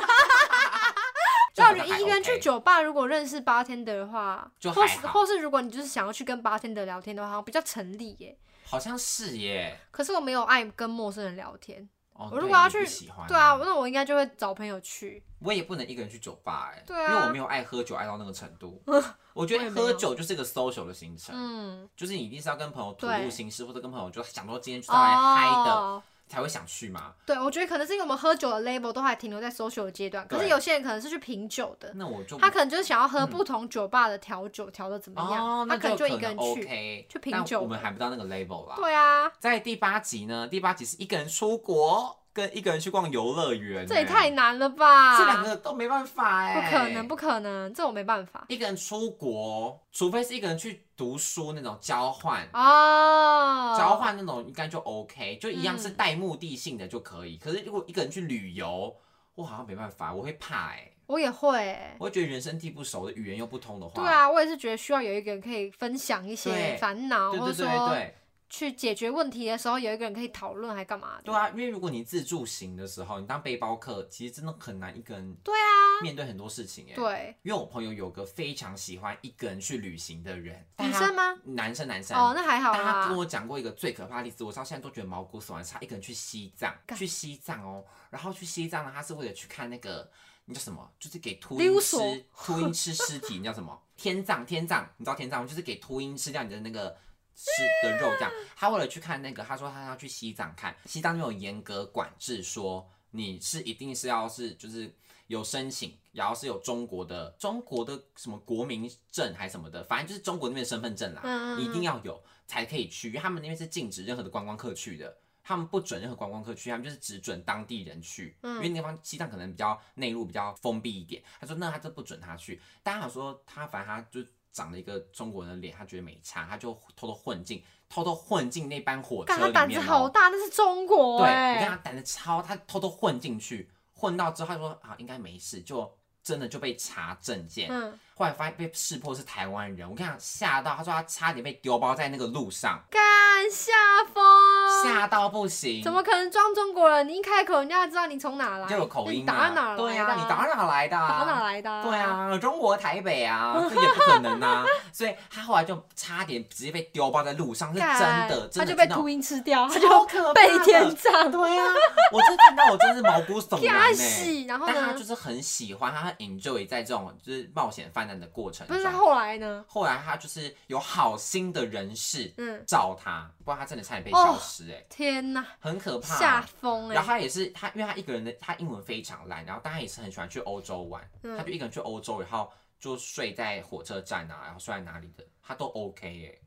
B: 就我觉得一个
A: 就好像还
B: 人去
A: OK
B: 酒吧，如果认识八天的话，
A: 就
B: 或
A: 还
B: 是
A: 好
B: 或是如果你就是想要去跟八天的聊天的话，好像比较成立耶。
A: 好像是耶。
B: 可是我没有爱跟陌生人聊天，
A: 哦，
B: 我如
A: 对
B: 果要
A: 你不
B: 去
A: 喜欢，
B: 对啊，，那我应该就会找朋友去。
A: 我也不能一个人去酒吧哎，
B: 对啊
A: 因为我没有爱喝酒爱到那个程度。 我觉
B: 我
A: 得
B: 也没有
A: 喝酒就是个 social 的行程，
B: 嗯，
A: 就是你一定是要跟朋友吐露
B: 对
A: 心事，或者跟朋友就想说今天就是要来嗨的，
B: 哦，
A: 才会想去嘛。
B: 对，我觉得可能是因为我们喝酒的 label 都还停留在 social 的阶段，可是
A: 对嗯
B: 有些人可能是去品酒的，
A: 那我就
B: 他可能就是想要喝
A: 嗯
B: 不同酒吧的调酒调的怎么样，
A: 哦，那
B: 他可能
A: 就
B: 就一个人去。
A: OK，
B: 去品
A: 但
B: 酒
A: 我们还不到那个 level 啦。
B: 对啊，
A: 在第八集呢，第八集是一个人出国，跟一个人去逛游乐园，
B: 这也
A: 哎
B: 太难了吧？
A: 这两个都没办法哎、
B: 不可能，不可能，这我没办法
A: 一个人出国，除非是一个人去读书那种交换。
B: 哦。
A: 交换那种应该就 OK，就一样是
B: 嗯
A: 带目的性的就可以。可是如果一个人去旅游，我好像没办法，我会怕哎、
B: 我也会欸、
A: 我会觉得人生地不熟的，语言又不通的话，
B: 对啊，我也是觉得需要有一个人可以分享一
A: 对
B: 些烦恼，
A: 对
B: 或
A: 对
B: 者
A: 对对
B: 说
A: 对，
B: 去解决问题的时候，有一个人可以讨论，还干嘛的？
A: 对啊，因为如果你自助行的时候，你当背包客，其实真的很难一个人
B: 对啊，
A: 面对很多事情哎、
B: 对，啊
A: 因为我朋友有个非常喜欢一个人去旅行的人，但
B: 女
A: 他
B: 生吗？
A: 男生男生
B: 哦，。那还好
A: 但他跟
B: 啦。
A: 我讲过一个最可怕的例子，我到现在都觉得毛骨悚然。是他一个人去西藏，
B: 干
A: 去西藏哦，然后去西藏呢，他是为了去看那个，你叫什么？就是给秃
B: 溜
A: 鹰吃
B: 索
A: 秃鹰吃尸体，你叫什么？ 天葬，天葬，你知道天葬吗？就是给秃鹰吃掉你的那个吃的肉这样。他为了去看那个，他说他要去西藏看，西藏那种严格管制说你是一定是要是就是有申请，然后是有中国的中国的什么国民证还是什么的，反正就是中国那边的身份证啦，
B: 嗯嗯嗯
A: 你一定要有才可以去，因为他们那边是禁止任何的观光客去的。他们不准任何观光客去，他们就是只准当地人去，
B: 嗯
A: 因为那地方西藏可能比较内陆、比较封闭一点。他说那他就不准他去，但他想说他反正他就长了一个中国人的脸，他觉得没差，他就偷偷混进，偷偷混进那班火车
B: 干
A: 里
B: 他
A: 面。哦
B: 胆子好大，那是中国
A: 对，
B: 哎、
A: 我跟他胆子超，他偷偷混进去，混到之后他说啊应该没事，就真的就被查证件，
B: 嗯，
A: 后来发现被识破是台湾人，我跟他吓到，他说他差点被丢包在那个路上，
B: 干下风，
A: 吓到不行，
B: 啊怎么可能装中国人？你一开口，人家知道你从哪来，
A: 就有口
B: 你
A: 音
B: 打
A: 嘛？
B: 哪来
A: 对
B: 的
A: 啊，你打哪来的、
B: 打
A: 啊？
B: 哪来的、
A: 对，啊，中国台北啊，这也不可能啊， 所以他后来就差点直接被丢包在路上，是
B: 干
A: 真的，真的
B: 他就被
A: 是那种
B: 秃鹰吃掉，他
A: 超
B: 就
A: 可怕
B: 被
A: 的
B: 天葬，
A: 对啊，我真的看到我真是毛骨悚然
B: 干
A: 呢、
B: 洗，然后
A: 欸但他
B: 呢
A: 就？是很喜欢，他很 enjoy 在这种就是冒险犯难的过程
B: 不是，他
A: 中。
B: 后来呢？
A: 后来他就是有好心的人士
B: 嗯，
A: 找他，不然他真的差点被
B: 哦
A: 消失、欸，哎、
B: 天哪，
A: 很可怕。啊
B: 吓疯
A: 然
B: 哎
A: 后！他也是他，因为他一个人的，他英文非常烂，然后但他也是很喜欢去欧洲玩，
B: 嗯
A: 他就一个人去欧洲，然后就睡在火车站啊，然后睡在哪里的，他都 OK 哎、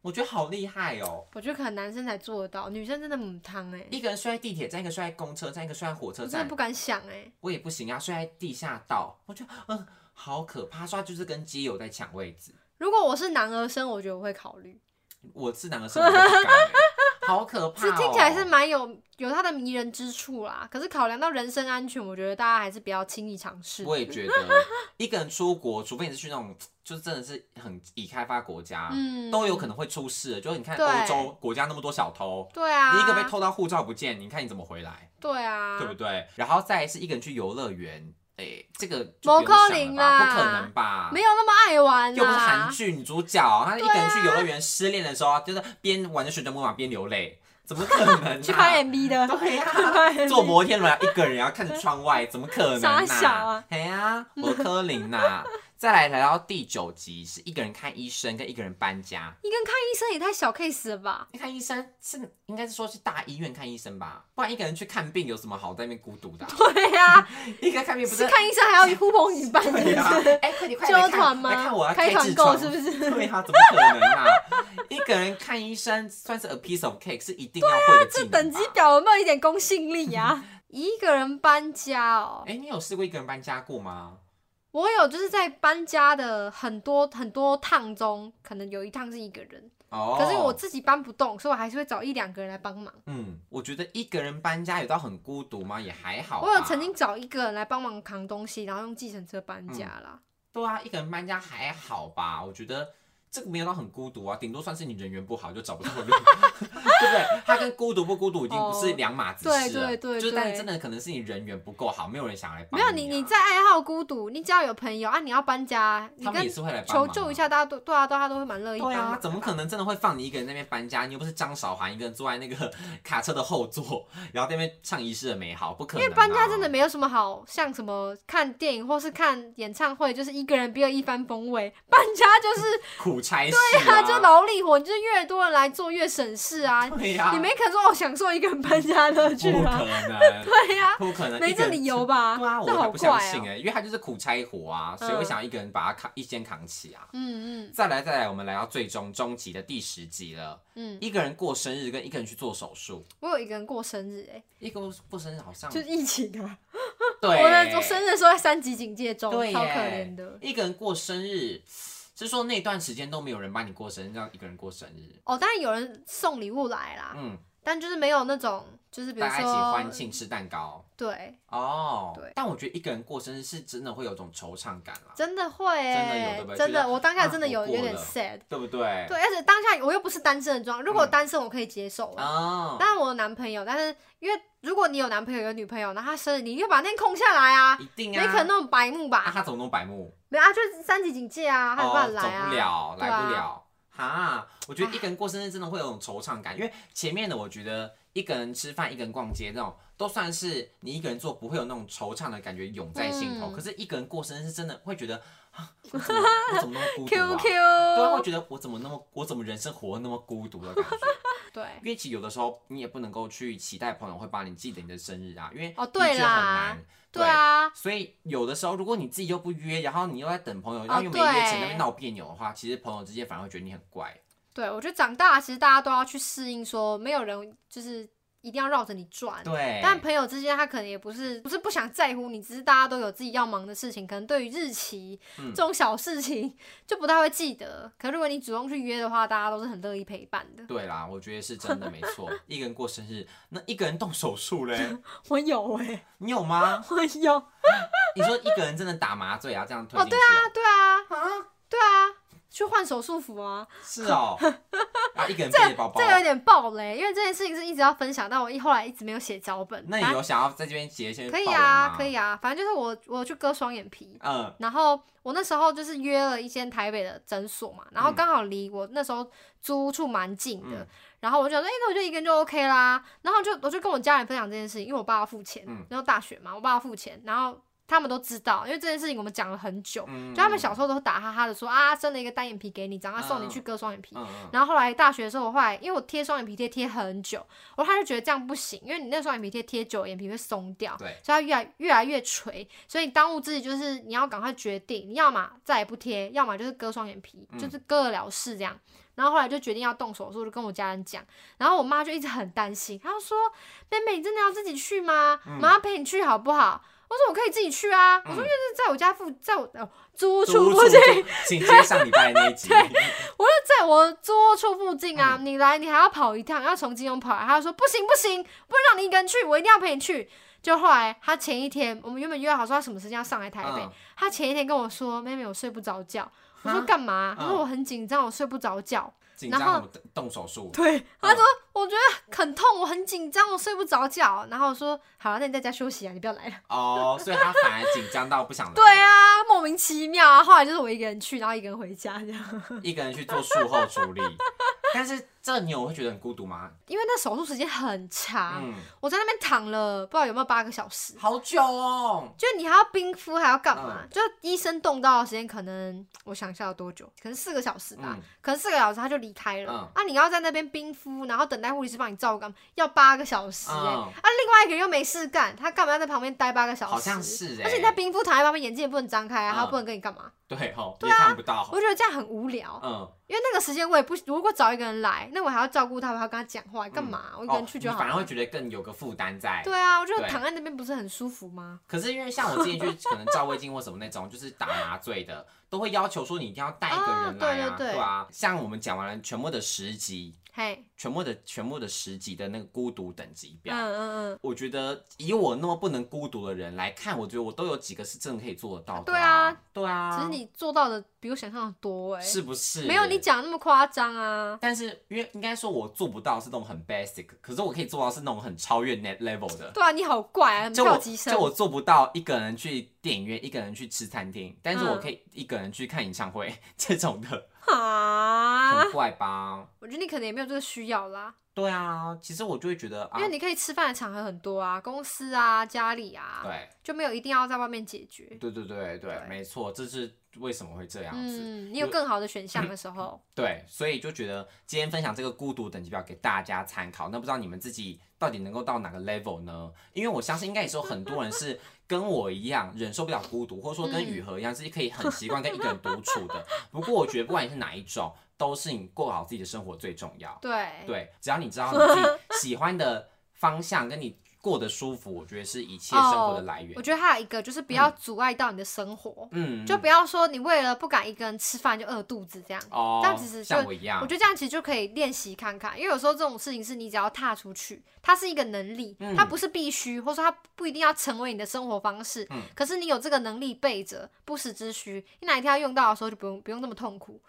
A: 我觉得好厉害哦、
B: 我觉得可能男生才做得到，女生真的母汤哎，
A: 一个人睡在地铁站，一个睡在公车站，一个睡在火
B: 我
A: 车
B: 真的
A: 站
B: 不，敢想哎。
A: 我也不行啊，睡在地下道，我觉得嗯、好可怕，说他就是跟基友在抢位置，
B: 如果我是男儿身，我觉得我会考虑。
A: 我是男的生我都不敢、欸，好可怕、
B: 是
A: 哦！
B: 听起来是蛮有有它的迷人之处啦。可是考量到人身安全，我觉得大家还是不要轻易尝试。
A: 我也觉得，一个人出国，除非你是去那种就是真的是很已开发国家，
B: 嗯
A: 啊都有可能会出事的。就是你看
B: 对
A: 欧洲国家那么多小偷，
B: 对啊，
A: 你一个被，偷到护照不见，你看你怎么回来，
B: 对啊，
A: 对不对？然后再来是一个人去游乐园，哎、这个就
B: 某
A: 不用想
B: 可
A: 了
B: 能
A: 吧
B: 啦
A: 不可能吧？
B: 啊没有那么爱玩啊
A: 又不是韩
B: 啦。啊
A: 剧女主角，她一个人去游乐园失恋的时候，啊就是边玩着旋转木马边流泪，怎么可能、啊？
B: 去拍 MV 的，
A: 对啊呀、
B: 对
A: 坐摩天轮一个人要看着窗外，怎么可能
B: 傻
A: 呢、
B: 小啊
A: 哎呀，我柯林 呐。再来来到第九集是一个人看医生跟一个人搬家。哎
B: 你跟看医生也太小 case 了 吧？
A: 看医生是应该是说是大医院看医生吧，不然一个人去看病有什么好在那边孤独 的啊、
B: 对呀、啊，
A: 一个人看病不
B: 是
A: 是？
B: 看医生还要呼朋引伴，是不
A: 对呀、
B: 是？
A: 哎、快点快点
B: 揪
A: 来
B: 团
A: 看，
B: 吗？
A: 来看我要啊
B: 开
A: 痔
B: 团购
A: 疮
B: 是不是？
A: 对啊，怎么可能啊？一个人看医生算是 a piece of cake 是一定要会的技
B: 啊这
A: 能吧
B: 等级表有没有一点公信力啊？
A: 嗯
B: 一个人搬家哦，
A: 哎、你有试过一个人搬家过吗？
B: 我有就是在搬家的很多很多趟中，可能有一趟是一个人，
A: 哦，
B: 可是我自己搬不动，所以我还是会找一两个人来帮忙。
A: 嗯，我觉得一个人搬家有到很孤独吗？也还好吧。
B: 我有曾经找一个人来帮忙扛东西，然后用计程车搬家啦。
A: 对啊，一个人搬家还好吧？我觉得这个没有到很孤独啊，顶多算是你人缘不好就找不到 人，对不对？它跟孤独不孤独已经不是两码子事了。
B: 哦对对对
A: 就是但是
B: 对
A: 真的可能是你人缘不够好，没有人想来帮
B: 没有
A: 你、
B: 你，
A: 啊，
B: 你在爱好孤独，你只要有朋友啊，你要搬家，你
A: 他们
B: 跟
A: 也是会来帮忙
B: 求
A: 啊
B: 救一。下，大家都对啊，大家都会蛮乐意帮
A: 对
B: 忙的
A: 啊，
B: 吧。
A: 怎么可能真的会放你一个人在那边搬家？你又不是张韶涵，一个人坐在那个卡车的后座，然后在那边唱遗式的美好，不可能、啊。
B: 因为搬家真的没有什么好像什么看电影或是看演唱会，就是一个人别有一番风味。搬家 就是
A: 苦差事、
B: 对啊，就劳力活，你就是越多人来做越省事啊。
A: 对呀、
B: 你没可能说哦，享受一个人搬家乐趣
A: 不
B: 啊，
A: 可？能
B: 对呀、
A: 不可 能，
B: 没
A: 一个
B: 这
A: 人
B: 理由吧？
A: 对啊，
B: 这
A: 我还
B: 好
A: 不
B: 怪嗯
A: 相信
B: 哦
A: 哎、因为他就是苦差活啊，谁会想要一个人把他扛一肩扛起啊？
B: 嗯嗯
A: 再来，再来，我们来到最终终极的第十集了。
B: 嗯，
A: 一个人过生日跟一个人去做手术，
B: 我有一个人过生日、欸，
A: 一个过生日好像
B: 哎，就是疫情啊。
A: 对，
B: 我的生日的时候在三级警戒中，
A: 对耶
B: 超可怜的。
A: 一个人过生日，是说那段时间都没有人帮你过生日，让一个人过生日，
B: 哦，当然有人送礼物来啦，
A: 嗯，
B: 但就是没有那种，就是比如
A: 大家一起欢
B: 说，
A: 庆吃蛋糕。
B: 对，
A: 哦，
B: 对
A: 但我觉得一个人过生日是真的会有种惆怅感啦，
B: 真的会、欸，
A: 真的有对不对觉
B: 真的，
A: 得
B: 我当下
A: 啊
B: 真的有
A: 我过
B: 有点
A: 了
B: sad。
A: 对不对？
B: 对，而且当下我又不是单身的状态，如果
A: 哎嗯
B: 单身我可以接受啊。
A: 哦，
B: 但我有男朋友，但是因为如果你有男朋友有女朋友，然后他生日，你一定要把那天空下来啊，
A: 一定啊，
B: 没可能那么白目
A: 啊，
B: 吧？
A: 他怎么弄白目？
B: 没有啊，就是三级警戒啊，他有
A: 哦
B: 办法来啊。
A: 走不了，
B: 对
A: 来
B: 啊
A: 不了。哈，我觉得一个人过生日真的会有种惆怅感，因为前面的我觉得一个人吃饭、一个人逛街那种，都算是你一个人做不会有那种惆怅的感觉涌在心头。
B: 嗯
A: 可是，一个人过生日是真的会觉得啊，我怎么我怎么那么孤独
B: Q
A: 啊？对啊，会
B: Q，
A: 觉得我怎么那么我怎么人生活得那么孤独的感 觉？
B: 对
A: 因，为其实有的时候你也不能够去期待朋友会帮你记得你的生日啊，因为
B: 哦
A: 的确
B: 对
A: 很
B: 啦
A: 难。
B: 对啊，
A: 所以有的时候，如果你自己又不约，然后你又在等朋友，然后又没
B: 哦对
A: 约成，在那边闹别扭的话，其实朋友之间反而会觉得你很怪。
B: 对，我觉得长大其实大家都要去适应，说没有人就是一定要绕着你转。啊
A: 对，
B: 但朋友之间，他可能也不是不是不想在乎你，只是大家都有自己要忙的事情，可能对于日期、
A: 嗯
B: 这种小事情就不太会记得。可如果你主动去约的话，大家都是很乐意陪伴的。
A: 对啦，我觉得是真的没错。一个人过生日，那一个人动手术嘞，
B: 我有哎、
A: 你有吗？
B: 我有啊，
A: 你说一个人真的打麻醉啊，这样推
B: 哦
A: 进去、哦？
B: 对啊，
A: 对啊，啊，
B: 对啊，去换手术服啊，
A: 是哦， 啊，一个人
B: 这
A: 背着包包
B: 这。个有点爆雷，因为这件事情是一直要分享，但我一后来一直没有写脚本。啊
A: 那你有想要在这边结一些
B: 可以
A: 报文
B: 啊，
A: 吗
B: 可。以啊，反正就是我我去割双眼皮，
A: 嗯，
B: 然后我那时候就是约了一间台北的诊所嘛，然后刚好离我那时候租处蛮近的，
A: 嗯
B: 然后我就想说，哎、那我就一个人就 OK 啦。然后就我就跟我家人分享这件事情，因为我爸要付钱，
A: 嗯
B: 然后大学嘛，我爸要付钱，然后他们都知道，因为这件事情我们讲了很久，
A: 嗯
B: 就他们小时候都打哈哈的说啊，生了一个单眼皮给你，长大送你
A: 嗯
B: 去割双眼皮。
A: 嗯嗯，
B: 然后后来大学的时候，我后来因为我贴双眼皮贴贴很久，我后来就觉得这样不行，因为你那双眼皮贴贴久，眼皮会松掉，
A: 对
B: 所以它越来越来越垂。所以当务之急就是你要赶快决定，你要么再也不贴，要么就是割双眼皮，
A: 嗯
B: 就是割得了事这样。然后后来就决定要动手术，就跟我家人讲，然后我嗯妈就一直很担心，她就说：“妹妹，你真的要自己去吗？妈妈陪你去好不好？”我说我可以自己去啊，我说因为是在我家附，在我、呃、租屋
A: 租
B: 处
A: 屋
B: 附
A: 处
B: 近，
A: 请接上礼拜的那一 集。
B: 我就在我租屋处附近啊，你来，你还要跑一趟，要从金融跑来。他就说不行不行，不能让你一个人去，我一定要陪你去。就后来他前一天，我们原本约好说他什么时间要上来台北，
A: 嗯
B: 他前一天跟我说，妹妹我睡不着觉。我说
A: 哈
B: 干嘛？他说
A: 嗯
B: 我很紧张，我睡不着觉。
A: 紧
B: 然后
A: 张，我动手术。
B: 对，啊他说、我觉得很痛，我很紧张，我睡不着觉。然后我说好了，那你在家休息啊，你不要来了。
A: 哦，所以他反而紧张到不想来。
B: 对啊，莫名其妙啊。后来就是我一个人去，然后一个人回家这样。
A: 一个人去做术后处理。但是这牛会觉得很孤独吗？
B: 因为那手术时间很长，
A: 嗯，
B: 我在那边躺了不知道有没有八个小时，
A: 好久哦。
B: 就你还要冰敷，还要干嘛？
A: 嗯
B: 就医生动刀的时间可能我想一下要多久，可能四个小时吧，
A: 嗯，
B: 可能四个小时他就离开了。
A: 嗯
B: 啊，你要在那边冰敷，然后等待护理师帮你照顾干嘛，要八个小时哎、
A: 嗯
B: 啊，另外一个人又没事干，他干嘛要在旁边待八个小时？
A: 好像是哎、
B: 而且你在冰敷躺在旁边，眼睛也不能张开
A: 嗯
B: 啊，他不能跟你干嘛？
A: 对哦，也看不到。
B: 啊我觉得这样很无聊。
A: 嗯，
B: 因为那个时间我也不，如果找一个人来，那我还要照顾他，我还要跟他讲话，干嘛？我一个人去就
A: 哦
B: 好
A: 你反而
B: 了。
A: 会觉得更有个负担在。
B: 对啊，我就
A: 对
B: 躺在那边不是很舒服吗？
A: 可是因为像我之前去可能照胃镜或什么那种，就是打麻醉的，都会要求说你一定要带一个人来啊，
B: 啊对对对
A: 啊。像我们讲完了全部的十集，
B: 嘿，
A: 全部的全部的十集的那个孤独等级
B: 嗯
A: 表，
B: 嗯
A: 我觉得以我那么不能孤独的人来看，我觉得我都有几个是真的可以做得到的、
B: 对
A: 啊
B: 啊，
A: 对啊。
B: 嗯，只是你做到的比我想象的多哎、
A: 是不是？
B: 没有你。讲那么夸张啊。
A: 但是因为应该说我做不到是那种很 basic，可是我可以做到是那种很超越 net level 的。
B: 对啊，你好怪啊，很
A: 就
B: 跳
A: 我
B: 级生
A: 就。我做不到一个人去电影院，一个人去吃餐厅，但是
B: 嗯
A: 我可以一个人去看演唱会 这种的，
B: 啊
A: 很，怪吧？
B: 我觉得你可能也没有这个需要啦，
A: 对啊，其实我就会觉得啊
B: 因为，你可以吃饭的场合很多啊，公司啊、家里啊，
A: 对
B: 就没有一定要在外面解决。
A: 对对啊对对
B: 对，
A: 没错，这是为什么会这样子。
B: 嗯，你有更好的选项的
A: 嗯
B: 时候，
A: 对，所以就觉得今天分享这个孤独等级表给大家参考。那不知道你们自己到底能够到哪个 level 呢？因为我相信应该也是有很多人是跟我一样忍受不了孤独，或者说跟雨禾一样是可以很习惯跟一个人独处的。不过我觉得不管你是哪一种，都是你过好自己的生活最重要。
B: 对，
A: 对，只要你知道你 自己喜欢的方向，跟你过得舒服，我觉得是一切生活的来源。
B: 哦我觉得还有一个就是不要阻碍到你的生活，
A: 嗯，
B: 就不要说你为了不敢一个人吃饭就饿肚子这样。
A: 哦，
B: 这样其实就
A: 像我一样，
B: 我觉得这样其实就可以练习看看，因为有时候这种事情是你只要踏出去，它是一个能力，
A: 嗯
B: 它不是必须，或者说它不一定要成为你的生活方式。
A: 嗯
B: 可是你有这个能力备着，不时之需，你哪一天要用到的时候就不用不用那么痛苦。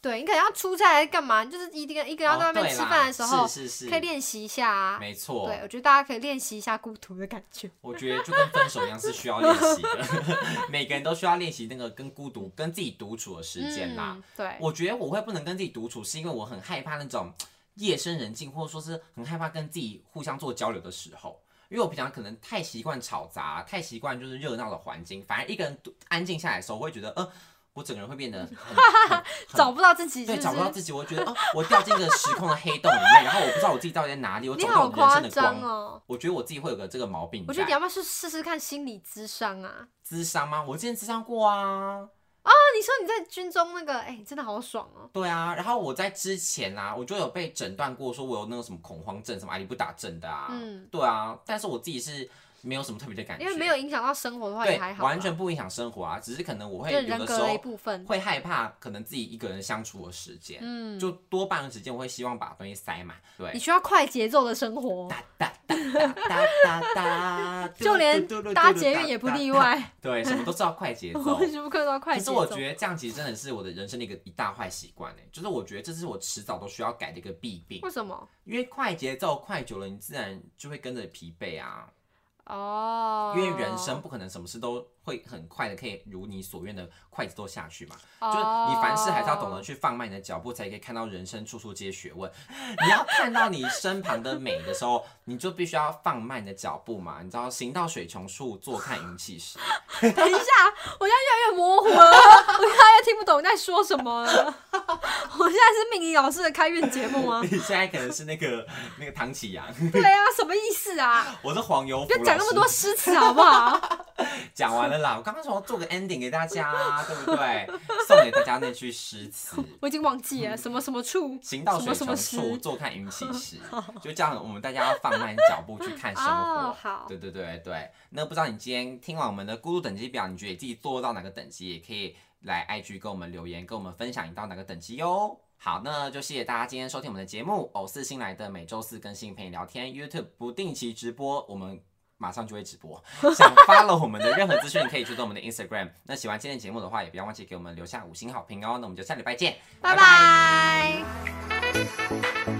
B: 对你可能要出差还是干嘛，就是一定一个人要在
A: 哦
B: 外面
A: 对
B: 吃
A: 啦
B: 饭的时候，
A: 是是是，
B: 可以练习一下啊。
A: 没错，
B: 对，我觉得大家可以练习一下孤独的感觉。
A: 我觉得就跟分手一样是需要练习的， 每个人都需要练习那个跟孤独、跟自己独处的时间啦。
B: 嗯，对，
A: 我觉得我会不能跟自己独处，是因为我很害怕那种夜深人静，或者说是很害怕跟自己互相做交流的时候。因为我平常可能太习惯吵杂，太习惯就是热闹的环境，反而一个人独安静下来的时候，我会觉得，呃，我整个人会变得 很很很
B: 找不到自己，
A: 对，
B: 是
A: 找不到
B: 是？
A: 自己，我会觉得，哦，我掉进一个时空的黑洞里面，然后我不知道我自己到底在哪里，我
B: 你
A: 找
B: 好
A: 不到我
B: 夸
A: 人生的
B: 张
A: 光。
B: 哦！
A: 我觉得我自己会有个这个毛病在。
B: 我觉得你要不要去试试看心理咨商啊？
A: 智商吗？我之前智商过啊，
B: 啊，你说你在军中那个，哎、真的好爽哦！
A: 对啊，然后我在之前啊，我就有被诊断过，说我有那个什么恐慌症，什么阿里不打症的啊，
B: 嗯
A: 对啊，但是我自己是没有什么特别的感觉，
B: 因为没有影响到生活的话，
A: 对
B: 也还，好啦，
A: 完全不影响生活啊，只是可能我会
B: 就
A: 有
B: 是人
A: 的时
B: 格的一
A: 候
B: 部分。
A: 会害怕，可能自己一个人相处的时间，
B: 嗯，
A: 就多半的时间我会希望把东西塞满，
B: 你
A: 对。
B: 需要快节奏的生活，
A: 哒哒哒哒哒哒哒，
B: 就连
A: 嘟嘟嘟嘟
B: 搭捷运也不例，外。
A: 对，什么都知道快节 奏
B: 我。全部看到快
A: 可
B: 节
A: 是
B: 奏。
A: 我觉得这样其实真的是我的人生的一个一大坏习惯哎，就是我觉得这是我迟早都需要改的一个弊病，
B: 为什么？
A: 因为快节奏快久了，你自然就会跟着疲惫啊。
B: 哦，
A: 因为人生不可能什么事都会很快的可以如你所愿的快节奏下去嘛，
B: 哦，
A: 就是你凡事还是要懂得去放慢你的脚步，才可以看到人生处处皆学问。你要看到你身旁的美的时候，你就必须要放慢你的脚步嘛，你知道行到水穷处，坐看云起 时。
B: 哦等一下，我现在越来越模糊了，我越来越听不懂你在说什么了。 我现在是命理老师的开运节目吗
A: 你？现在可能是那个那个唐启阳，
B: 对啊，什么意思啊？
A: 我是黄油
B: 不
A: 福
B: 要讲那么
A: 老师
B: 多诗词好不好？
A: 讲完了啦，我刚刚想要做个 ending 给大家、啊，对不 对？送给大家那句诗词。
B: 我已经忘记了什么什么处，
A: 行到
B: 什
A: 水
B: 么什么
A: 穷
B: 时
A: 处，坐看云起时。就这样，我们大家要放慢脚步去看生活。
B: 哦好
A: 对对对对。那不知道你今天听完我们的孤独等级表，你觉得你自己做到哪个等级？也可以来 IG 跟我们留言，跟我们分享你到哪个等级哟。好，那就谢谢大家今天收听我们的节目。偶四新来的每周四更新陪你聊天，YouTube 不定期直播，我们马上就会直 播。想 follow 我们的任何资讯，可以追踪我们的 Instagram。那喜欢今天的节目的话，也不要忘记给我们留下五星好评哦。那我们就下礼拜见，
B: 拜拜